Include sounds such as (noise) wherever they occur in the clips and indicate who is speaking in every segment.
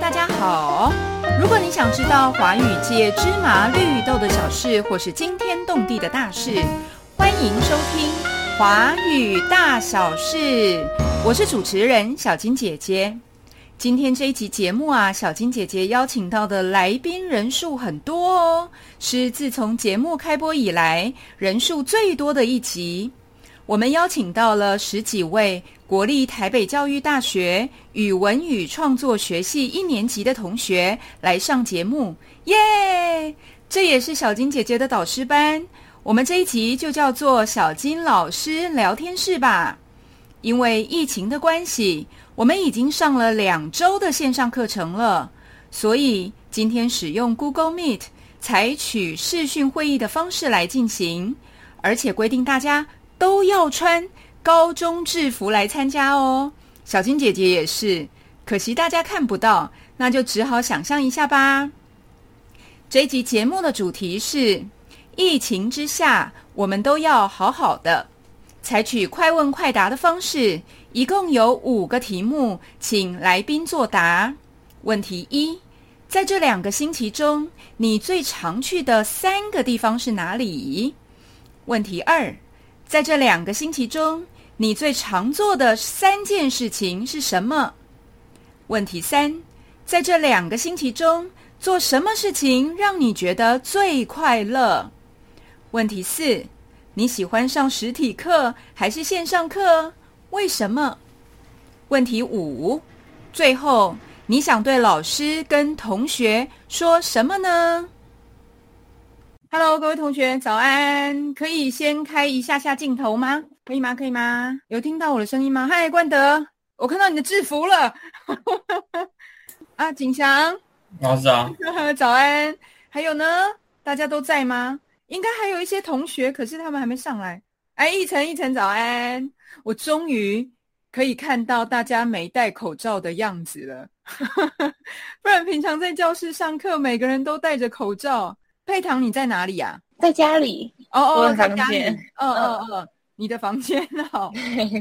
Speaker 1: 大家好。如果你想知道华语界芝麻绿豆的小事，或是惊天动地的大事，欢迎收听《华语大小事》，我是主持人小金姐姐。今天这一集节目啊，小金姐姐邀请到的来宾人数很多哦，是自从节目开播以来人数最多的一集。我们邀请到了十几位国立台北教育大学语文与创作学系一年级的同学来上节目，耶！这也是小金姐姐的导师班。我们这一集就叫做“小金老师聊天室”吧。因为疫情的关系，我们已经上了两周的线上课程了，所以今天使用 Google Meet 采取视讯会议的方式来进行，而且规定大家都要穿高中制服来参加哦。小金姐姐也是，可惜大家看不到，那就只好想象一下吧。这一集节目的主题是：疫情之下，我们都要好好的。采取快问快答的方式，一共有五个题目，请来宾作答。问题一：在这两个星期中，你最常去的三个地方是哪里？问题二：在这两个星期中，你最常做的三件事情是什么？问题三：在这两个星期中，做什么事情让你觉得最快乐？问题四。你喜欢上实体课还是线上课？为什么？问题五，最后你想对老师跟同学说什么呢？Hello，各位同学，早安！可以先开一下下镜头吗？可以吗？可以吗？有听到我的声音吗？嗨，冠德，我看到你的制服了。 (laughs) 啊，景祥， (laughs)
Speaker 2: 老师啊，
Speaker 1: 早安，还有呢？大家都在吗？应该还有一些同学，可是他们还没上来。哎，一晨，一晨，早安！我终于可以看到大家没戴口罩的样子了， (laughs) 不然平常在教室上课，每个人都戴着口罩。佩堂，你在哪里啊呀、
Speaker 3: 在家里，
Speaker 1: 哦
Speaker 3: 我
Speaker 1: 哦，
Speaker 3: 的
Speaker 1: 在
Speaker 3: 房
Speaker 1: 家里
Speaker 3: 间。嗯
Speaker 1: 哦哦哦，你的房间 (laughs)
Speaker 3: (laughs)
Speaker 1: 好。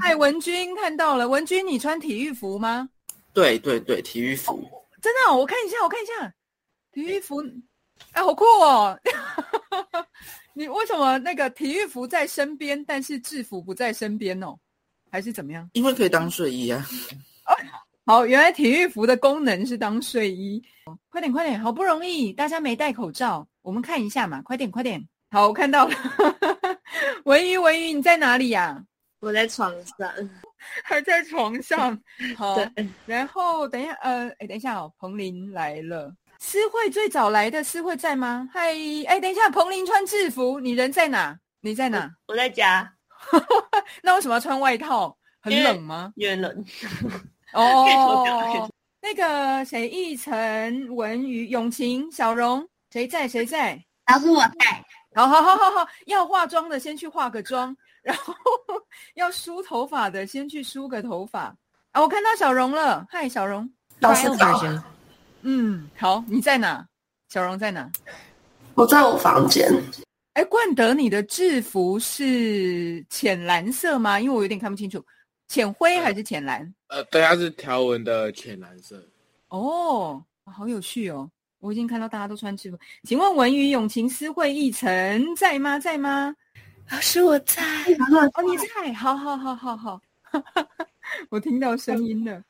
Speaker 1: 哎，文君看到了，文君，你穿体育服吗？
Speaker 2: 对对对，体育服，
Speaker 1: 真的哦、我看一下，我看一下，体育服，哎，好酷哦！ (laughs) 你为什么那个体育服在身边，但是制服不在身边哦？还是怎么样？
Speaker 2: 因为可以当睡衣啊。
Speaker 1: 好，原来体育服的功能是当睡衣。哦快点，快点，好不容易大家没戴口罩，我们看一下嘛，快点，快点。好，我看到了， (laughs) 文瑜，文瑜，你在哪里呀、
Speaker 3: 我在床上。
Speaker 1: (laughs) 还在床上。好，
Speaker 3: 对，
Speaker 1: 然后等一下，呃，哎，等一下哦，彭林来了。思慧最早来的，思慧在吗？嗨，哎，等一下，彭林穿制服，你人在哪？你在哪？
Speaker 3: 我在家，
Speaker 1: (laughs) 那为什么要穿外套？很冷吗？
Speaker 3: 有点冷。 (laughs)
Speaker 1: 哦，那个谁，奕晨、文宇、永晴、小荣，谁在？谁在？
Speaker 3: 老师我在，
Speaker 1: 好好好好好，要化妆的先去化个妆，然后 (laughs) 要梳头发的先去梳个头发。啊，我看到小荣了，嗨，小荣。
Speaker 3: 老师早。
Speaker 1: 嗯，好，你在哪？小荣在哪？
Speaker 3: 我在我房
Speaker 4: (laughs)
Speaker 3: 间。
Speaker 1: 哎，冠德，你的制服是浅蓝色吗？因为我有点看不清楚，浅灰还是浅蓝？
Speaker 5: 呃，对，它是条纹的浅蓝色。
Speaker 1: 哦，好有趣哦！我已经看到大家都穿制服。请问文宇、永晴、思慧、逸晨在吗？在吗？
Speaker 3: 老师我在，
Speaker 1: 哦，你在，好好好好好， (laughs) 我听到声音了。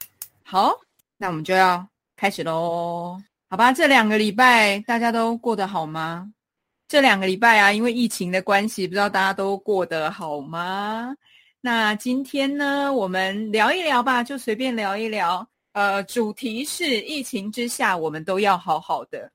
Speaker 1: 好，那我们就要开始喽，好吧？这两个礼拜大家都过得好吗？这两个礼拜啊，因为疫情的关系，不知道大家都过得好吗？那今天呢，我们聊一聊吧，就随便聊一聊。呃，主题是疫情之下，我们都要好好的。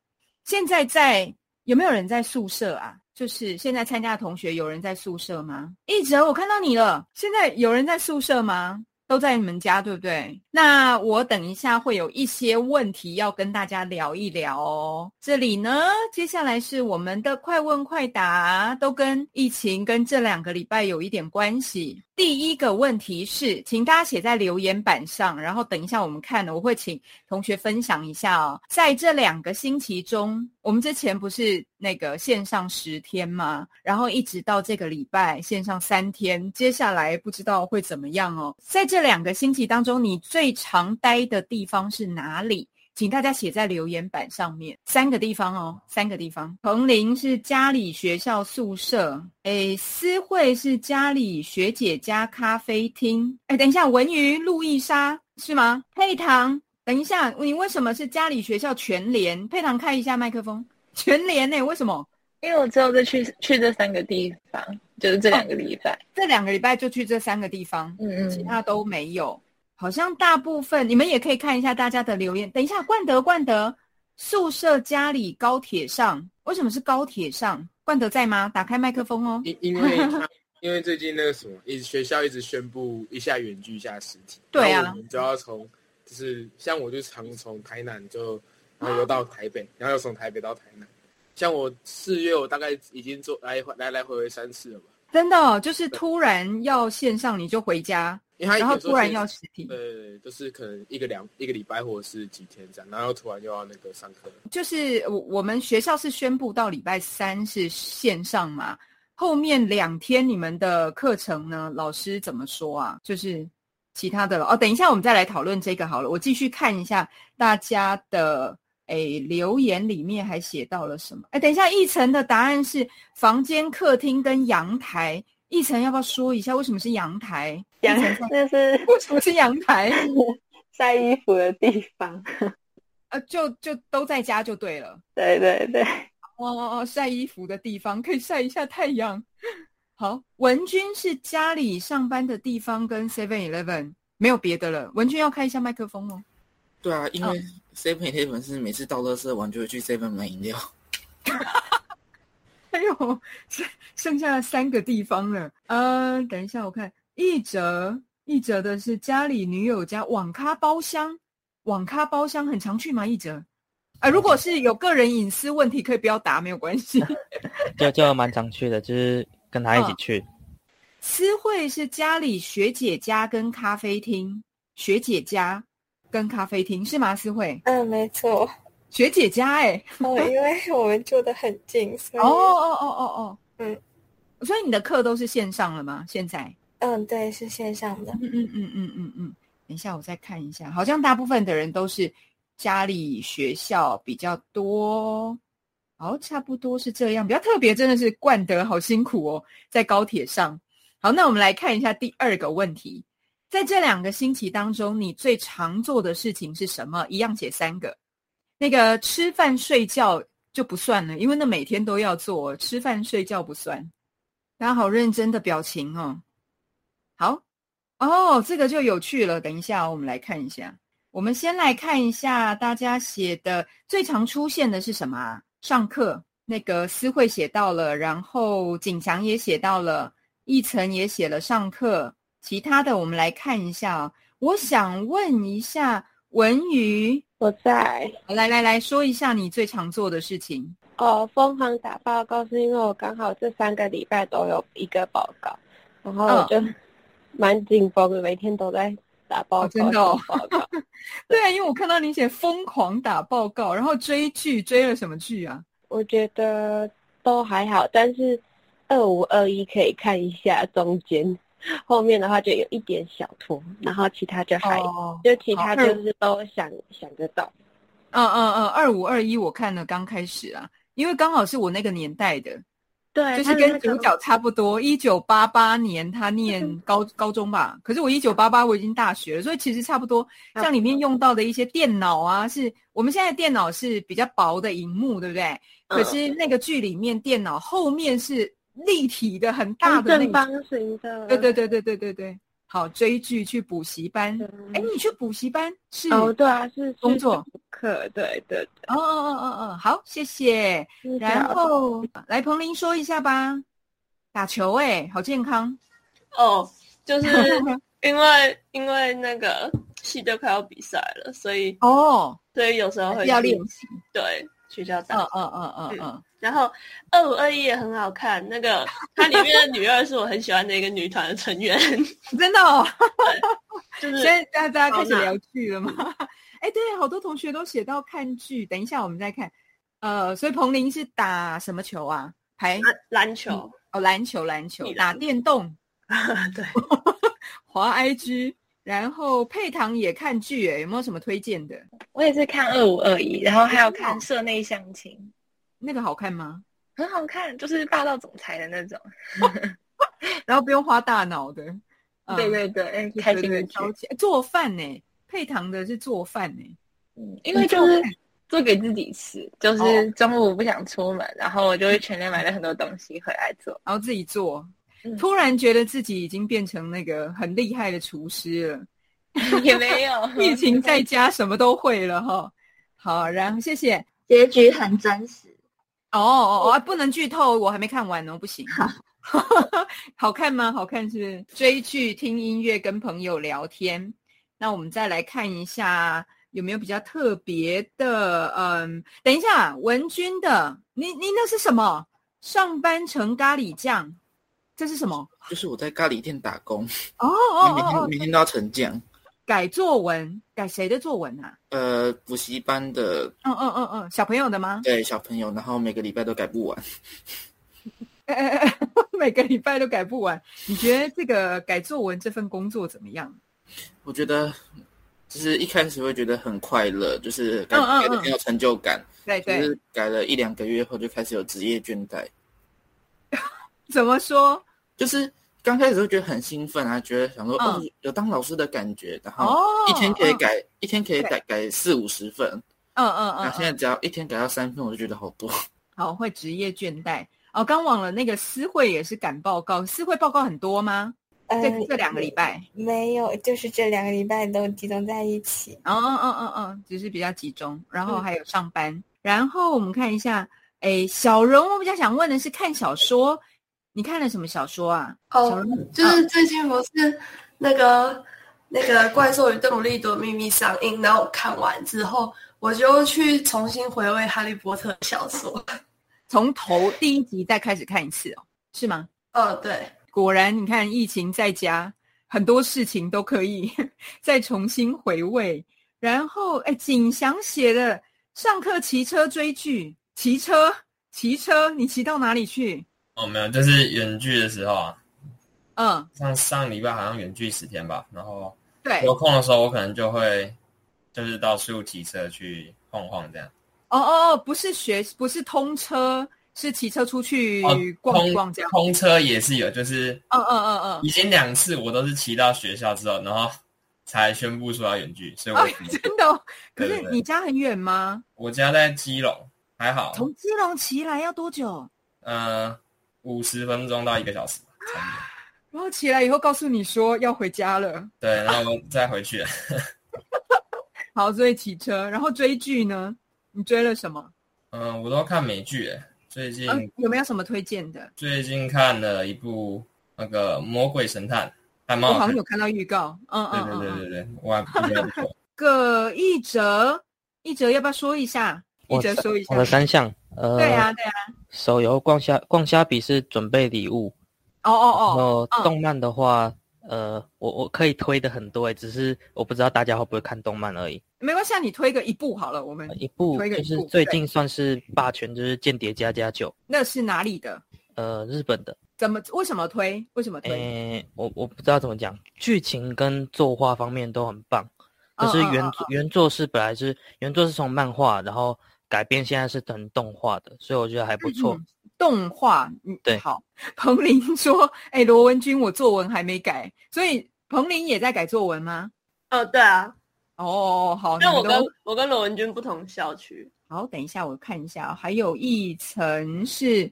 Speaker 1: 现在在有没有人在宿舍啊？就是现在参加的同学，有人在宿舍吗？一哲，我看到你了。现在有人在宿舍吗？都在你们家，对不对？那我等一下会有一些问题要跟大家聊一聊哦。这里呢，接下来是我们的快问快答，都跟疫情跟这两个礼拜有一点关系。第一个问题是，请大家写在留言板上，然后等一下我们看了，我会请同学分享一下哦，在这两个星期中，我们之前不是那个线上十天吗？然后一直到这个礼拜线上三天，接下来不知道会怎么样哦。在这两个星期当中，你最常待的地方是哪里？请大家写在留言板上面，三个地方哦，三个地方。彭林是家里、学校、宿舍。诶，思慧是家里学姐家咖啡厅。诶，等一下，文瑜、路易莎是吗？佩堂，等一下，你为什么是家里、学校全联？佩堂开一下麦克风，全联呢、为什么？
Speaker 4: 因为我之后就去去这三个地方，就是这两个礼拜。
Speaker 1: 这两个礼拜就去这三个地方，
Speaker 4: 嗯
Speaker 1: 其
Speaker 4: 嗯，
Speaker 6: 啊
Speaker 1: 他都没有。好像大部分你们也可以看一下大家的留言。等一下，冠德，冠德，宿舍、家里、高铁上，为什么是高铁上？冠德在吗？打开麦克风哦。
Speaker 5: 因因为
Speaker 2: (laughs)
Speaker 5: 他因为最近那个什么，一直学校一直宣布一下远距一下实体，
Speaker 1: 对啊
Speaker 5: 然后我们就要从就是像我就常从台南就然后又到台
Speaker 2: (gasps)
Speaker 5: 北，然后又从台北到台南。像我四月，我大概已经做来回来来回回三次了吧，
Speaker 1: 真的哦、就是突然要线上你就回家，
Speaker 5: 因为他
Speaker 1: 然后
Speaker 5: 有时候
Speaker 1: 突然
Speaker 5: 是
Speaker 1: 要实体，
Speaker 5: 呃，就是可能一个两一个礼拜或者是几天这样，然后突然又要那个上课。
Speaker 1: 就是我我们学校是宣布到礼拜三是线上嘛，后面两天你们的课程呢，老师怎么说啊？就是其他的了哦，等一下我们再来讨论这个好了。我继续看一下大家的诶留言里面还写到了什么？哎，等一下，一晨的答案是房间、客厅跟阳台。一晨要不要说一下为什么是阳台？
Speaker 4: 阳
Speaker 1: 一晨
Speaker 4: 那是
Speaker 1: 为什么是阳台？
Speaker 4: 晒衣服的地方。
Speaker 1: 呃，就就都在家就对了。
Speaker 4: 对对对，
Speaker 1: 哦哦哦，晒衣服的地方可以晒一下太阳。好，文君是家里上班的地方跟 Seven Eleven 没有别的了。文君要开一下麦克风
Speaker 4: (laughs)
Speaker 1: 哦。
Speaker 2: 对啊，因为 Seven Eleven 是每次到垃圾完就会去 Seven 买饮料。
Speaker 1: 哎呦，剩剩下三个地方了。呃，等一下我看，一哲一哲的是家里女友家网咖包厢，网咖包厢很常去吗？一哲啊，如果是有个人隐私问题，可以不要答，没有关系。
Speaker 7: (laughs) 就就蛮常去的，就是跟他一
Speaker 1: 哦
Speaker 7: 起去。
Speaker 1: 私会是家里学姐家跟咖啡厅，学姐家跟咖啡厅是吗？私会
Speaker 6: 嗯，没错。
Speaker 1: 学姐家哎、
Speaker 6: 哦，因为我们住得很近，所以
Speaker 1: 哦哦哦哦哦，
Speaker 6: 嗯，
Speaker 1: 所以你的课都是线上了吗？现在？
Speaker 6: 嗯，对，是线上的。
Speaker 1: 嗯嗯嗯嗯嗯嗯，等一下我再看一下，好像大部分的人都是家里学校比较多，好，差不多是这样。比较特别真的是冠德好辛苦哦，在高铁上。好，那我们来看一下第二个问题，在这两个星期当中，你最常做的事情是什么？一样写三个，那个吃饭睡觉就不算了，因为那每天都要做，哦吃饭睡觉不算。大家好认真的表情哦，好。哦，这个就有趣了。等一下哦、我们来看一下。我们先来看一下大家写的最常出现的是什么啊？上课那个思慧写到了，然后景祥也写到了，一层也写了上课。其他的我们来看一下哦。我想问一下文瑜，
Speaker 6: 我在
Speaker 1: 来来来说一下你最常做的事情。 (laughs)
Speaker 6: 哦，疯狂打报告是因为我刚好这三个礼拜都有一个报告，然后我就蛮紧绷的，每天都在打报告，
Speaker 1: 哦真的哦
Speaker 6: 打报告。
Speaker 1: 对啊，因为我看到你写疯狂打报告，然后追剧，追了什么剧啊？
Speaker 6: 我觉得都还好，但是二五二一可以看一下中间，后面的话就有一点小拖，然后其他就还。
Speaker 1: 哦，
Speaker 6: 就其他
Speaker 1: 好
Speaker 6: 就
Speaker 1: 二
Speaker 6: 是都想想得到，
Speaker 1: 嗯嗯嗯，二五二一我看了刚开始啊，因为刚好是我那个年代的，
Speaker 6: 对，
Speaker 1: 就是
Speaker 6: 他们
Speaker 1: 跟
Speaker 6: 那
Speaker 1: 主
Speaker 6: 个
Speaker 1: 角差不多。一九八八年
Speaker 6: (laughs)
Speaker 1: 他念高高中吧，可是我一九八八我已经大学了，所以其实差不多。
Speaker 6: 差不多
Speaker 1: 像里面用到的一些电脑啊，是我们现在电脑是比较薄的荧幕，对不对？
Speaker 6: 嗯
Speaker 1: 可是那个剧里面电脑后面是立体的，很大的
Speaker 6: 大
Speaker 1: 那
Speaker 6: 正
Speaker 1: 个。
Speaker 6: 方形的，
Speaker 1: 对对对对对对对。好，追剧去补习班。
Speaker 6: 嗯
Speaker 1: 哎，你去补习班是？
Speaker 6: 哦，对啊，是
Speaker 1: 工作
Speaker 6: 课，对对
Speaker 1: 哦哦哦哦哦，好，谢谢。
Speaker 6: 对，
Speaker 1: 然后来彭林说一下吧，打球哎、好健 (laughs) 康。
Speaker 4: 哦，
Speaker 6: (laughs)
Speaker 4: 就是
Speaker 1: 嗯
Speaker 4: 因为因为那个系队快要比赛了，所以
Speaker 1: 哦，
Speaker 4: 所以有时候会
Speaker 1: 要
Speaker 4: 去
Speaker 1: 练习。
Speaker 4: 对学校打
Speaker 6: 哦
Speaker 1: 嗯。嗯嗯嗯嗯，
Speaker 4: 然后二五二一也很好看，那
Speaker 6: (laughs)
Speaker 4: 个它里面的女二是我很喜欢的一个女团的成员，
Speaker 1: 真的哦。
Speaker 4: 就
Speaker 1: 现
Speaker 4: 是
Speaker 1: 在大家开始聊剧了吗？哎，对，好多同学都写到看剧。等一下我们再看。呃，所以彭林是打什么球啊？排
Speaker 4: 篮球。
Speaker 1: 哦，篮球，篮球，
Speaker 4: 你
Speaker 1: 打电动，
Speaker 4: 对，
Speaker 1: 滑 IG。然后配糖也看剧，哎，有没有什么推荐的？
Speaker 4: 我也是看二五二一，然后还
Speaker 6: 哦
Speaker 4: 有看社内相亲，
Speaker 1: 那个好看吗？
Speaker 4: 很好看，就是霸道总裁的那种。
Speaker 1: 然后不用花大脑的，嗯
Speaker 4: 对对对，开心的
Speaker 1: 对
Speaker 4: 剧
Speaker 1: 挑起做饭呢，配糖的是做饭呢，
Speaker 4: 嗯，因为就是做给自己吃，就
Speaker 1: 哦
Speaker 4: 是中午不想出门，然后我就会全年买了很多东西回来做。
Speaker 1: 然后自己做，
Speaker 4: 嗯
Speaker 1: 突然觉得自己已经变成那个很厉害的厨师了。
Speaker 4: 也没 (laughs) 有
Speaker 1: 疫情在家什么都会了哈。好，然后谢谢。
Speaker 8: 结局很真实，
Speaker 1: 哦哦哦，不能剧透，我还没看完哦，不行。 (laughs) 好看吗？好看是不是追剧、听音乐、跟朋友聊天。那我们再来看一下有没有比较特别的。嗯，等一下，文君的，你你那是什么？上班成咖喱酱，这是什么？
Speaker 2: 就是我在咖喱店打工，
Speaker 1: 哦哦
Speaker 2: 每
Speaker 1: 哦
Speaker 2: 天
Speaker 1: 哦，
Speaker 2: 每天都要成酱。
Speaker 1: 改作文，改谁的作文啊？
Speaker 2: 呃，补习班的
Speaker 1: 嗯嗯嗯嗯，小朋友的吗？
Speaker 2: 对小朋友，然后每个礼拜都改不完。
Speaker 1: 哎哎哎， (laughs) 每个礼拜都改不完。你觉得这个改作文这份工作怎么样？
Speaker 2: 我觉得就是一开始会觉得很快乐，就是感
Speaker 1: 嗯嗯
Speaker 2: 觉
Speaker 1: 嗯
Speaker 2: 很有成就感。
Speaker 1: 对
Speaker 2: 就
Speaker 1: 对，
Speaker 2: 是改了一两个月后就开始有职业倦怠，
Speaker 1: 怎么说？
Speaker 2: 就是刚开始会觉得很兴奋啊，觉得想说、
Speaker 1: 嗯
Speaker 2: 哦有当老师的感觉，然后
Speaker 1: 哦，
Speaker 2: 一天可以
Speaker 1: 嗯，
Speaker 2: 改、一天可以改改四五十份，
Speaker 1: 嗯嗯
Speaker 2: 那、
Speaker 1: 嗯
Speaker 2: 现
Speaker 1: 嗯，
Speaker 2: 在只要一天改到三份，我就觉得好多。
Speaker 1: 好，会职业倦怠。哦，刚忘了那个私会也是赶报告，私会报告很多吗？
Speaker 3: 呃
Speaker 1: 这这两个礼拜，
Speaker 9: 呃没有，就是这两个礼拜都集中在一起。
Speaker 1: 哦嗯嗯嗯嗯，只是比较集中，然后还有上班，然后我们看一下，哎，小荣，我比较想问的是看小说，你看了什么小说啊？小
Speaker 3: 哦，
Speaker 1: 荣
Speaker 3: 就是最近不是那个那个《怪兽与邓布利多的秘密》上映，然后我看完之后，我就去重新回味《哈利波特》小说。 (laughs)
Speaker 1: 从头第一集再开始看一次哦，是吗？
Speaker 3: 哦，对，
Speaker 1: 果然，你看疫情在家，很多事情都可以 (laughs) 再重新回味。然后，哎，景祥写的上课骑车追剧，骑车骑车，你骑到哪里去？
Speaker 10: 哦，没有，就是远距的时候啊，
Speaker 1: 嗯，
Speaker 10: 上上礼拜好像远距十天吧，然后
Speaker 1: 对，
Speaker 10: 有空的时候我可能就会就是到树骑车去晃晃这样。
Speaker 1: 哦哦哦，不是学，不是通车，是骑车出去
Speaker 10: 哦，
Speaker 1: 逛一逛这样
Speaker 10: 通。通车也是有，就是
Speaker 1: 嗯嗯嗯嗯，
Speaker 10: 已经两次我都是骑到学校之后，然后才宣布说要远距，所以我、
Speaker 1: 哎，真的、哦？可
Speaker 10: 对对
Speaker 1: 是
Speaker 10: 对
Speaker 1: 你家很远吗？
Speaker 10: 我家在基隆，还好，
Speaker 1: 从基隆骑来要多久？
Speaker 10: 呃，五十分钟到一个小时吧差不多。
Speaker 1: 然后骑来以后告诉你说要回家了。
Speaker 10: 对，然后我再回去了。
Speaker 1: 好，所以骑车，然后追剧呢？你追了什么？
Speaker 10: 嗯，我都看美剧耶，最近、
Speaker 1: 嗯，有没有什么推荐的？
Speaker 10: 最近看了一部那个《魔鬼神探》，还
Speaker 1: 我
Speaker 7: 哦
Speaker 10: 蛮
Speaker 1: 好
Speaker 10: 好
Speaker 1: 像
Speaker 10: 看
Speaker 1: 有。看到预告。嗯嗯
Speaker 10: 对
Speaker 1: 嗯嗯。
Speaker 10: 对对对对，我还比较不错。
Speaker 1: 葛一哲，一哲要不要说一下？一
Speaker 7: 我
Speaker 1: 哲说一下
Speaker 7: 我。的三项，呃，
Speaker 1: 对啊，对啊。
Speaker 7: 手游逛虾逛虾比是准备礼物，
Speaker 1: 哦
Speaker 7: 然
Speaker 1: 哦哦，
Speaker 7: 后
Speaker 1: 嗯
Speaker 7: 动漫的话，呃，我我可以推的很多诶，欸只是我不知道大家会不会看动漫而已。呃
Speaker 1: 没关系，啊你推个一部好了。我们
Speaker 7: 一部
Speaker 1: 推个一
Speaker 7: 就是
Speaker 1: 部
Speaker 7: 最
Speaker 1: 对
Speaker 7: 近算是霸权，就是《间谍加加九》，
Speaker 1: 那是哪里的？
Speaker 7: 呃，日本的。
Speaker 1: 怎么？为什么推？为什么推？
Speaker 7: 诶、我我不知道怎么讲，剧情跟作画方面都很棒。可是
Speaker 1: 嗯嗯
Speaker 7: 原
Speaker 1: 嗯
Speaker 7: 作原作是本来是原作是从漫画，然后改编现在是等动画的，所以我觉得还不错。
Speaker 1: 嗯动画，嗯，
Speaker 7: 对
Speaker 1: 好。彭林说：“哎，罗文君，我作文还没改，所以彭林也在改作文吗
Speaker 4: 哦，对啊，？”
Speaker 1: 哦，好。
Speaker 4: 但
Speaker 1: 你
Speaker 4: 我
Speaker 1: 们
Speaker 4: 跟
Speaker 1: 都
Speaker 4: 我跟罗文君不同校区，
Speaker 1: 好，等一下我看一下哦，还有一层是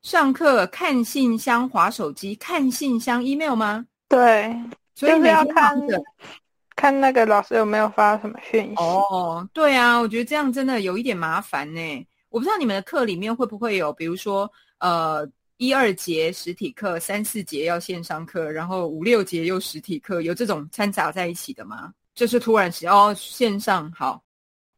Speaker 1: 上课看信箱、划手机、看信箱 email 吗？
Speaker 11: 对，
Speaker 1: 所以
Speaker 11: 就是
Speaker 1: 每
Speaker 11: 要
Speaker 1: 天
Speaker 11: 看
Speaker 1: 忙着
Speaker 11: 看那个老师有没有发什么讯息。
Speaker 1: 哦，对啊，我觉得这样真的有一点麻烦呢。我不知道你们的课里面会不会有，比如说呃一二节实体课，三四节要线上课，然后五六节又实体课，有这种掺杂在一起的吗？就是突然是哦线上好，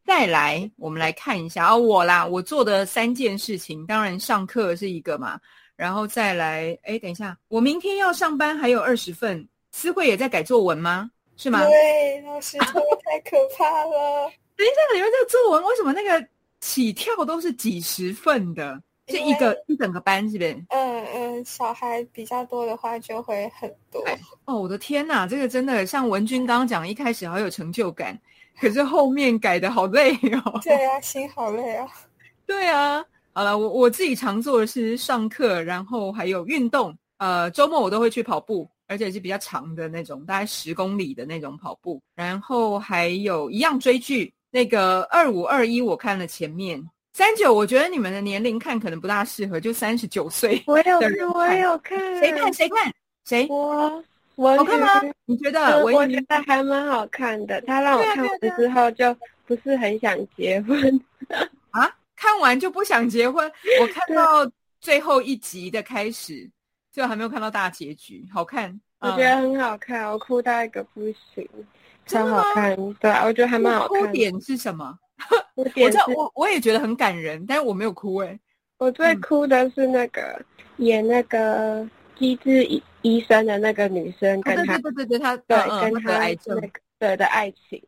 Speaker 1: 再来我们来看一下哦我啦，我做的三件事情，当然上课是一个嘛，然后再来哎等一下，我明天要上班还有二十份，思慧也在改作文吗？是吗？
Speaker 9: 对，老师真的太可怕了。
Speaker 1: 等一下，你们这个作文为什么那个起跳都是几十份的？是一个一整个班，是不是？
Speaker 9: 嗯嗯，小孩比较多的话就会很多。
Speaker 1: 哦，我的天哪，这个真的像文君刚刚讲，一开始好有成就感，可是后面改的好累哦。
Speaker 9: 对啊，心好累啊。
Speaker 1: 对啊，好了，我我自己常做的是上课，然后还有运动。呃，周末我都会去跑步，而且是比较长的那种，大概十公里的那种跑步。然后还有一样追剧，那个二五二一我看了前面。三九，我觉得你们的年龄看可能不大适合，就三十九岁。
Speaker 6: 我有，我有看。
Speaker 1: 谁看？谁看？谁？
Speaker 6: 嗯我我
Speaker 1: 好看吗？啊你觉得？
Speaker 6: 我觉得还蛮好看的。他让我看完之后就不是很想结婚 (laughs)
Speaker 1: 啊，看完就不想结婚。我看到最后一集的开始，就还没有看到大结局。好看，嗯
Speaker 6: 我觉得很好看，我哭到一个不行，超好看。对，啊我觉得还蛮好看。
Speaker 1: 哭点是什么？
Speaker 6: 我知
Speaker 1: 道，我我也觉得很感人，但是我没有哭哎、欸。
Speaker 6: 我最
Speaker 4: 嗯
Speaker 6: 哭的是那个、嗯、演那个机智医医生的那个女生，跟她、
Speaker 1: 哦、对对对对，她
Speaker 6: 对、
Speaker 1: 嗯、
Speaker 6: 跟她
Speaker 1: 癌症、那
Speaker 6: 个、对的爱情，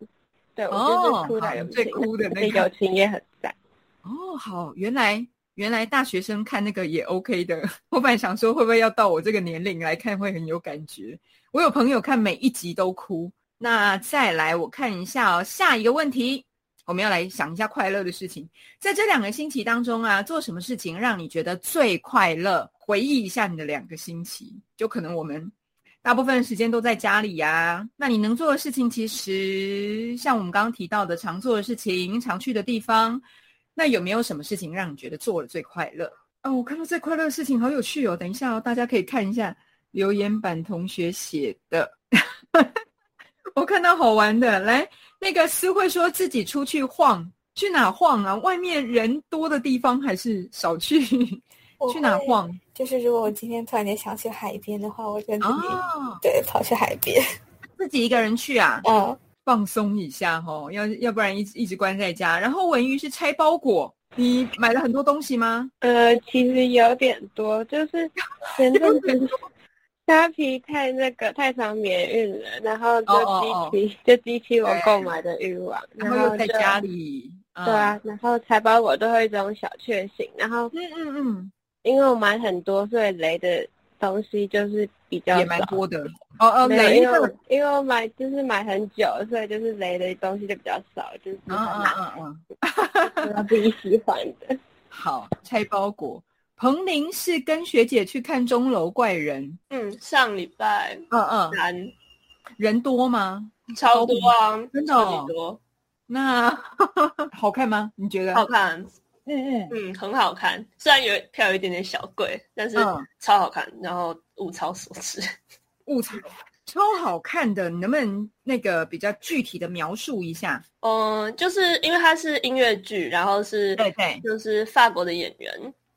Speaker 6: 对、哦、我就是哭
Speaker 1: 的最哭的那
Speaker 6: 个友情也很赞。
Speaker 1: 哦，好，原来原来大学生看那个也 OK 的。我本来想说会不会要到我这个年龄来看会很有感觉。我有朋友看每一集都哭。那再来我看一下哦，下一个问题。我们要来想一下快乐的事情，在这两个星期当中啊，做什么事情让你觉得最快乐？回忆一下你的两个星期，就可能我们大部分时间都在家里呀、啊。那你能做的事情，其实像我们刚刚提到的，常做的事情、常去的地方，那有没有什么事情让你觉得做了最快乐？哦，我看到最快乐的事情好有趣哦！等一下哦，大家可以看一下留言板同学写的， (laughs) 我看到好玩的来。那个思慧说自己出去晃，去哪晃啊？外面人多的地方还是少去？ (laughs) 去哪晃？
Speaker 9: 就是如果我今天突然间想去海边的话，我就自己、
Speaker 4: 啊
Speaker 9: 哦、对跑去海边，
Speaker 1: (laughs) 自己一个人去啊？
Speaker 9: 嗯，
Speaker 1: 放松一下哦，要要不然一直一直关在家。然后文鱼是拆包裹，你买了很多东西吗？
Speaker 6: 呃，其实有点多，就是前阵子。虾皮太那个太常免运了，然
Speaker 1: 哦
Speaker 6: 后就激起、oh, oh, oh. 就激起我购买的欲望，
Speaker 1: 然后又在家里，
Speaker 6: 对啊，嗯、然后财宝我都会一种小确幸，然后
Speaker 1: 嗯嗯嗯，
Speaker 6: 因为我买很多，所以雷的东西就是比较
Speaker 1: 也蛮多的，哦哦，雷
Speaker 6: 啊因为因为我买就是买很久，所以就是雷的东西就比较少，就是
Speaker 1: 哦
Speaker 6: 嗯嗯嗯嗯，自己喜欢的。
Speaker 1: 好，拆包裹。彭林是跟学姐去看钟楼怪人，
Speaker 4: 嗯，上礼拜，
Speaker 1: 嗯嗯，
Speaker 4: 难，
Speaker 1: 人多吗？
Speaker 4: 超多啊，
Speaker 1: 真的、
Speaker 4: 哦、多。
Speaker 1: 那 (laughs) 好看吗？你觉得？
Speaker 4: 好看，
Speaker 1: 嗯嗯
Speaker 4: 嗯，很好看。虽然有票有一点点小贵，但是超好看，嗯、然后物超所值， (laughs)
Speaker 1: 物超超好看的。你能不能那个比较具体的描述一下？
Speaker 4: 嗯，就是因为它是音乐剧，然后是
Speaker 1: 对对，
Speaker 4: 就是法国的演员。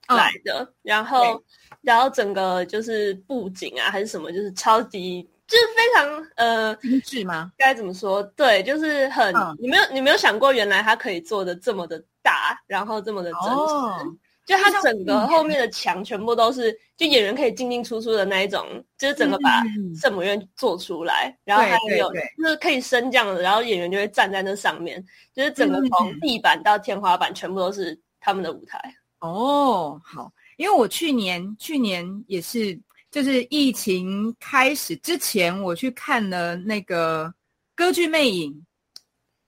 Speaker 4: 来的，然后，然后整个就是布景啊，还是什么，就是超级，就是非常呃
Speaker 1: 精致吗？
Speaker 4: 该怎么说？对，就是很，嗯、你没有你没有想过，原来它可以做的这么的大，然后这么的真实。哦、就它整个后面的墙全部都是，就演员可以进进出出的那一种，就是整个把圣母院做出来，嗯、然后还有就是可以升降的，然后演员就会站在那上面，就是整
Speaker 9: 嗯
Speaker 4: 个从地板到天花板全部都是他们的舞台。
Speaker 1: 哦，好，因为我去年去年也是，就是疫情开始之前，我去看了那个《歌剧魅影》，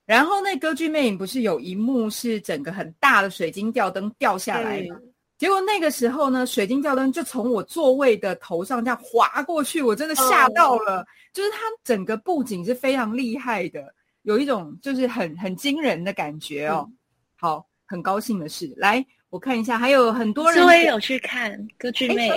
Speaker 1: 然后那《歌剧魅影》不是有一幕是整个很大的水晶吊灯掉下来吗？结果那个时候呢，水晶吊灯就从我座位的头上这样划过去，我真的吓到了。哦、就是它整个布景是非常厉害的，有一种就是很很惊人的感觉哦。嗯、好，很高兴的事，来。我看一下，还有很多人。哎
Speaker 12: 我也有去看《歌剧魅影》，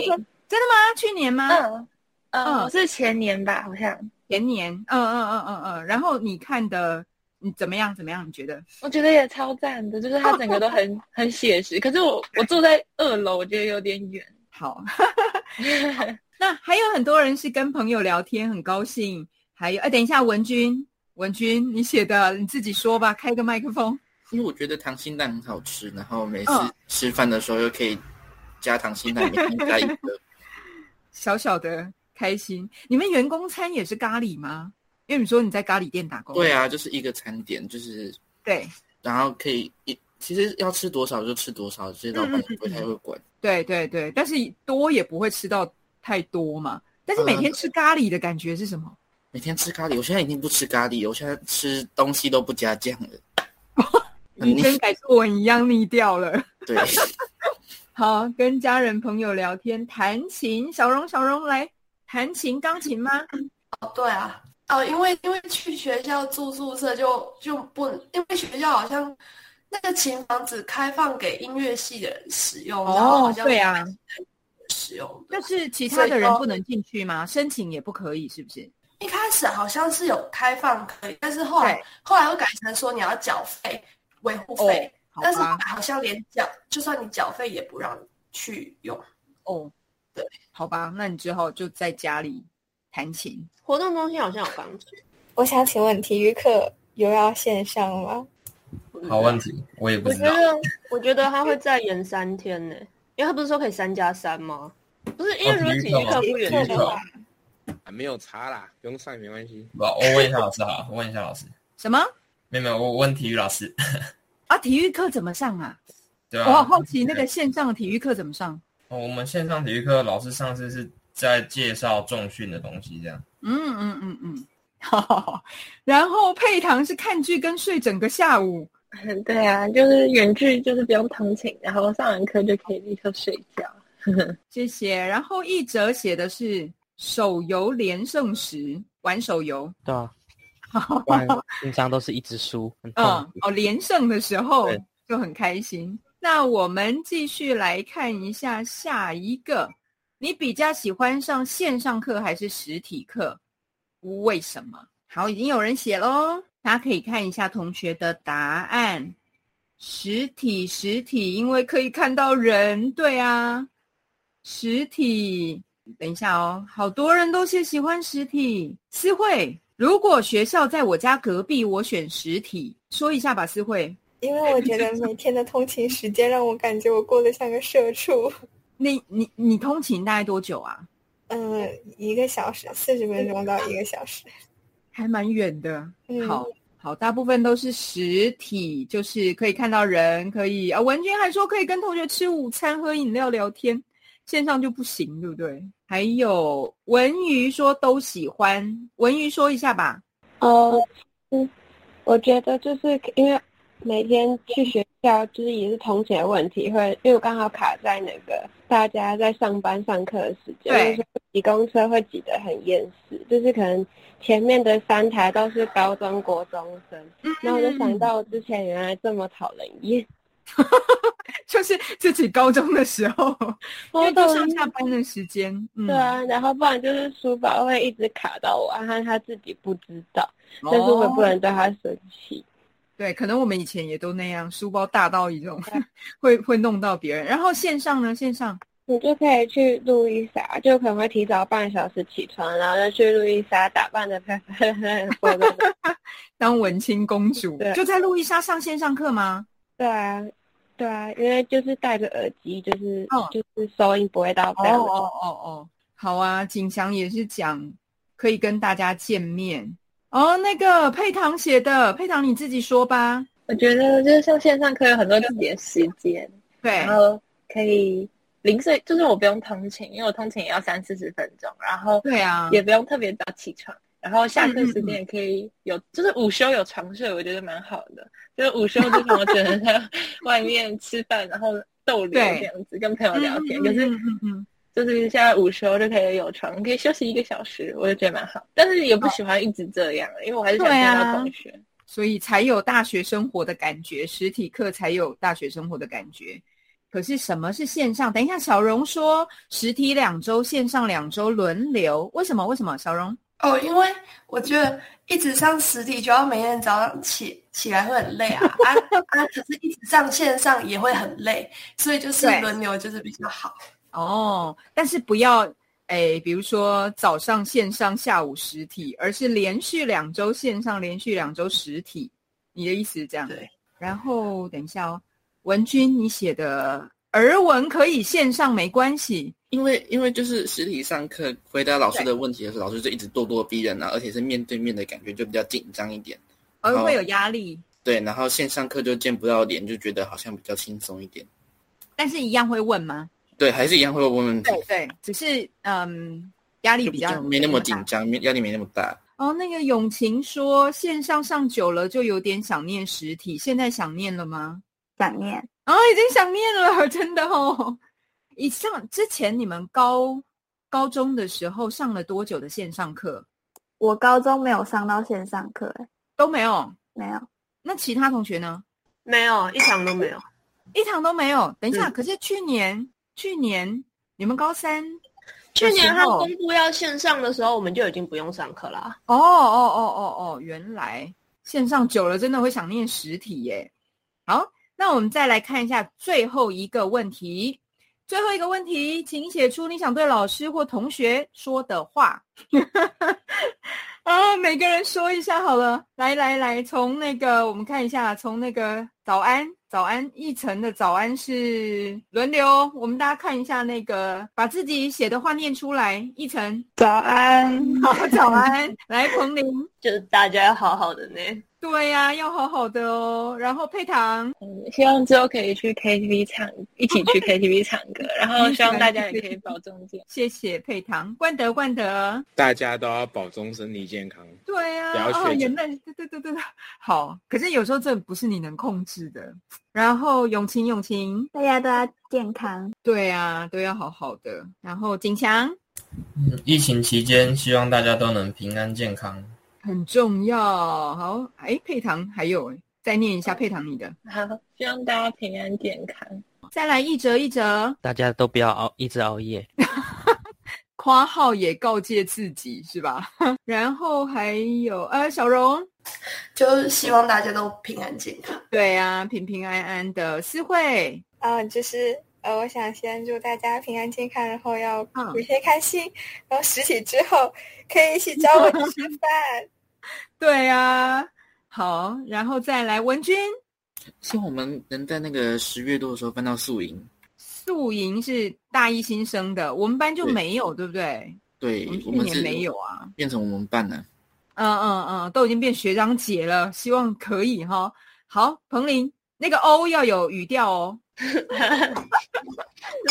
Speaker 1: 真的吗？去年吗？
Speaker 12: 嗯嗯，我是前年吧，好像
Speaker 1: 前年。嗯嗯嗯嗯嗯。然后你看的，你怎么样？怎么样？你觉得？
Speaker 12: 我觉得也超赞的，就是它整个都
Speaker 9: (laughs)
Speaker 12: 很很写实。可是我我坐在二楼，我觉得有点远。
Speaker 1: 好， (laughs) 那还有很多人是跟朋友聊天，很高兴。还有，哎，等一下，文君，文君，你写的你自己说吧，开个麦克风。
Speaker 2: 因为我觉得溏心蛋很好吃，然后每次吃饭的时候又可以加溏心蛋，每天加一个，
Speaker 1: 小小的开心。你们员工餐也是咖喱吗？
Speaker 2: 啊
Speaker 1: 因为你说你在咖喱店打工。
Speaker 2: 对啊，就是一个餐点，就是
Speaker 1: 对，
Speaker 2: 然后可以一其实要吃多少就吃多少，这些老板也不太会管。
Speaker 1: 对对对，但是多也不会吃到太多嘛。但是每天吃咖喱的感觉是什么？
Speaker 2: 每天吃咖喱，我现在已经不吃咖喱，我现在吃东西都不加酱了。
Speaker 1: 你跟改作文一样腻掉了。
Speaker 5: (laughs)
Speaker 2: 对，
Speaker 1: 好，跟家人朋友聊天，弹琴。小荣，小荣来弹琴，钢琴吗？
Speaker 3: 哦，对啊，哦，因为因为去学校住宿舍就就不，因为学校好像那个琴房只开放给音乐系的人使用，然后好像
Speaker 1: 对啊，
Speaker 3: 使用，
Speaker 1: 但是其他的人不能进去吗？申请也不可以，是不是？
Speaker 3: 一开始好像是有开放可以，但是后来后来又改成说你要缴费。维护费，
Speaker 1: 哦、
Speaker 3: 但是好像连缴，就算你缴费也不让去用。
Speaker 1: 哦，
Speaker 3: 对，
Speaker 1: 好吧，那你之后就在家里弹琴。
Speaker 4: 活动中心好像有钢琴。
Speaker 9: 我想请问，体育课有要线上吗？
Speaker 10: 好问题，我也不知
Speaker 4: 道。我觉得，我觉得他会再延三天呢、欸，因为他不是说可以三加三吗？不是，因
Speaker 10: 哦
Speaker 4: 为如果体育课不远的话，
Speaker 5: 啊，没有查啦，不用上也没关系。
Speaker 10: 我我问一下老师好，我问一下老师。
Speaker 1: 什么？
Speaker 10: 没有没有，我问体育老师
Speaker 1: 啊，体育课怎么上啊？
Speaker 10: 对啊，
Speaker 1: 我好好奇那个线上体育课怎么上。
Speaker 10: 哦，我们线上体育课老师上次是在介绍重训的东西，这样。
Speaker 1: 嗯嗯嗯嗯， (laughs) 好,好,好。然后配堂是看剧跟睡整个下午。
Speaker 12: 嗯， (laughs) 对啊，就是远距，就是不用通勤，然后上完课就可以立刻睡觉。
Speaker 1: 谢谢。然后一哲写的是手游连胜时玩手游。(laughs)
Speaker 7: 对啊。平常都是一直输，
Speaker 1: 嗯，哦，连胜的时候就很开心。那我们继续来看一下下一个，你比较喜欢上线上课还是实体课？为什么？好，已经有人写喽，大家可以看一下同学的答案。实体，实体，因为可以看到人，对啊，实体。等一下哦，好多人都是喜欢实体，思慧。如果学校在我家隔壁，我选实体。说一下吧，思慧。
Speaker 9: 因为我觉得每天的通勤时间让我感觉我过得像个社畜。
Speaker 1: 你你你通勤大概多久啊？
Speaker 9: 嗯，一个小时，四十分钟到一个小时，
Speaker 1: 还蛮远的。嗯、好好，大部分都是实体，就是可以看到人，可以啊。文君还说可以跟同学吃午餐、喝饮料、聊天，线上就不行，对不对？还有文鱼说都喜欢，文鱼说一下吧。 (laughs)
Speaker 6: 呃，嗯，我觉得就是因为每天去学校，就是也是同学问题，会因为刚好卡在那个大家在上班上课的时间，就是挤公车会挤得很厌世，就是可能前面的三台都是高中国中生，嗯、然后我就想到我之前原来这么讨人厌。
Speaker 1: 就是自己高中的时候，我都上下班的时间，嗯、
Speaker 6: 哦对啊，然后不然就是书包会一直卡到我，然后他自己不知道，哦、但是我不能对他生气。
Speaker 1: 对，可能我们以前也都那样，书包大到一种 (laughs) 会会弄到别人。然后线上呢，线上
Speaker 6: 你就可以去路易莎，就可能会提早半小时起床，然后就去路易莎打扮的漂漂亮亮， (laughs)
Speaker 1: 当文青公主。就在路易莎上线上课吗？
Speaker 6: 对啊。对啊，因为就是戴着耳机，就是、哦、就是收音不会到非常。哦
Speaker 1: 哦哦哦，好啊，景祥也是讲可以跟大家见面哦。那个佩堂写的，佩堂你自己说吧。
Speaker 12: 我觉得就是像线上课有很多自己的时间，
Speaker 1: 对，
Speaker 12: 然后可以零碎，就是我不用通勤，因为我通勤也要三四十分钟，然后
Speaker 1: 对啊，
Speaker 12: 也不用特别早起床。然后下
Speaker 4: 嗯
Speaker 12: 课时间也可以有，嗯嗯嗯就是午休有床睡，我觉得蛮好的。就是午休就是我只能在外面吃饭，然后逗留这样子，跟朋友聊
Speaker 4: 嗯
Speaker 12: 天。可
Speaker 1: 嗯
Speaker 12: 是，就是现在午休就可以有床，可以休息一个小时，我就觉得蛮好。但是也不喜欢一直这样，因为我还是想见到同学、啊，
Speaker 1: 所以才有大学生活的感觉，实体课才有大学生活的感觉。可是什么是线上？等一下，小荣说实体两周，线上两周轮流，为什么？为什么？小荣。
Speaker 3: 哦，因为我觉得一直上实体就要每天早上起起来会很累啊啊啊！可是一直上线上也会很累，所以就是轮流就是比较好
Speaker 1: 哦。但是不要诶，比如说早上线上，下午实体，而是连续两周线上，连续两周实体。你的意思是这样？
Speaker 3: 对。
Speaker 1: 然后等一下哦，文君你写的儿文可以线上没关系。
Speaker 2: 因为因为就是实体上课回答老师的问题的时候，老师就一直咄咄逼人啊，而且是面对面的感觉就比较紧张一点，
Speaker 1: 而会有压力。
Speaker 2: 对，然后线上课就见不到脸，就觉得好像比较轻松一点。
Speaker 1: 但是一样会问吗？
Speaker 2: 对，还是一样会问问题。
Speaker 1: 对对，只是嗯，压力比较
Speaker 2: 没那么紧张，没压力没那么大。
Speaker 1: 哦，那个永晴说，线上上久了就有点想念实体，现在想念了吗？
Speaker 13: 想念，
Speaker 1: 哦，已经想念了， (laughs) 真的哦。以上之前你们高高中的时候上了多久的线上课？
Speaker 13: 我高中没有上到线上课，
Speaker 1: 都没有，
Speaker 13: 没有。
Speaker 1: 那其他同学呢？
Speaker 4: 没有，一堂都没有，
Speaker 1: 一堂都没有。等一下，可是去年，去年你们高三，
Speaker 4: 去年他公布要线上的时候，我们就已经不用上课
Speaker 12: 啊
Speaker 4: 啦。
Speaker 1: 哦哦哦哦哦，原来线上久了真的会想念实体耶。好，那我们再来看一下最后一个问题。最后一个问题，请写出你想对老师或同学说的话。 (laughs) 啊，每个人说一下好了。来来来，从那个我们看一下，从那个早安早安一晨的早安是轮流，我们大家看一下那个，把自己写的话念出来。一晨 (laughs)
Speaker 11: 早安，
Speaker 1: 好早安。来，彭林，
Speaker 4: 就是大家要好好的呢。
Speaker 1: 对呀、啊，要好好的哦。然后配糖，
Speaker 12: 嗯，希望之后可以去 KTV 唱，一起去 KTV 唱
Speaker 4: (laughs)
Speaker 12: 歌。然后希望大家也可以保重健。
Speaker 1: 谢谢配糖，冠德冠德，
Speaker 5: 大家都要保重身体健康。
Speaker 1: 对呀、
Speaker 5: 啊，哦，
Speaker 1: 原来对对对对，好。可是有时候这不是你能控制的。然后永晴永晴，
Speaker 13: 大家都要健康。
Speaker 1: 对呀、啊，都要好好的。然后景强，
Speaker 10: 嗯，疫情期间希望大家都能平安健康。
Speaker 1: 很重要，好，哎，配糖还有，再念一下配糖你的，
Speaker 4: (laughs)
Speaker 12: 好，希望大家平安健康。
Speaker 1: 再来一折一折，
Speaker 7: 大家都不要熬，一直熬夜。
Speaker 1: 括号也告诫自己是吧？ (laughs) 然后还有，呃，小荣，
Speaker 3: 就是希望大家都平安健康。
Speaker 9: (laughs)
Speaker 1: 对啊，平平安安的。思慧，
Speaker 9: 啊、呃，就是呃，我想先祝大家平安健康，然后要每天开心，嗯、然后实体之后。可以一起找我吃饭，
Speaker 1: (laughs) 对呀、啊，好，然后再来文君，
Speaker 2: 希望我们能在那个十月多的时候搬到宿营。
Speaker 1: 宿营是大一新生的，我们班就没有，对不对？
Speaker 2: 对，
Speaker 1: 我们去年没有啊，
Speaker 2: 变成我们班了。
Speaker 1: 嗯嗯嗯，都已经变学长姐了，希望可以哈。好，彭林，那个 O 要有语调哦， (laughs)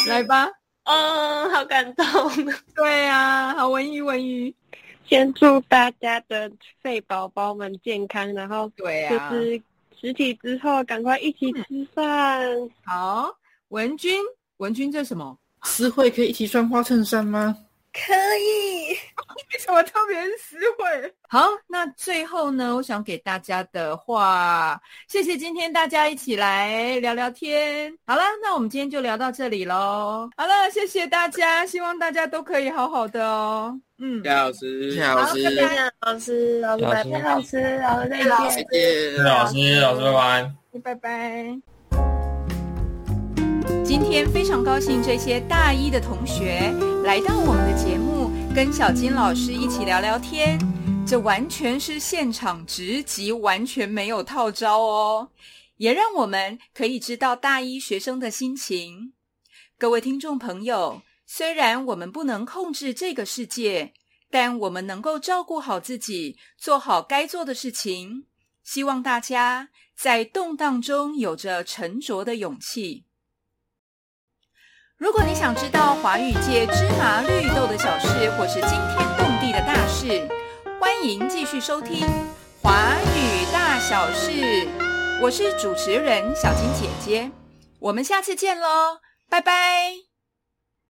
Speaker 1: 来吧。
Speaker 4: 嗯，好感
Speaker 12: (laughs)
Speaker 4: 动。
Speaker 1: 对呀、啊，好文鱼文鱼。
Speaker 6: 先祝大家的肺宝宝们健康，然后
Speaker 1: 对啊
Speaker 4: 啊
Speaker 6: 呀，就是实体之后赶快一起吃饭。嗯、
Speaker 1: 好，文君，文君这什么？
Speaker 2: 私会可以一起穿花衬衫吗？
Speaker 9: 可以。
Speaker 1: 为什么特别是私会？ (laughs) 好，那最后呢，我想给大家的话，谢谢今天大家一起来聊聊天。好了，那我们今天就聊到这里喽。好了，谢谢大家，希望大家都可以好好的哦。嗯，
Speaker 5: 谢老师，
Speaker 2: 谢老师，
Speaker 9: 拜拜，老师，老师，拜拜，老师，老师再见，
Speaker 2: 再见，
Speaker 10: 老师，老师
Speaker 1: 拜
Speaker 10: 拜拜，
Speaker 1: 拜。今天非常高兴这些大一的同学来到我们的节目，跟小金老师一起聊聊天。这完全是现场直击，完全没有套招哦，也让我们可以知道大一学生的心情。各位听众朋友，虽然我们不能控制这个世界，但我们能够照顾好自己，做好该做的事情。希望大家在动荡中有着沉着的勇气。如果你想知道华语界芝麻绿豆的小事，或是惊天动地的大事，欢迎继续收听《华语大小事》，我是主持人小金姐姐，我们下次见喽，拜拜。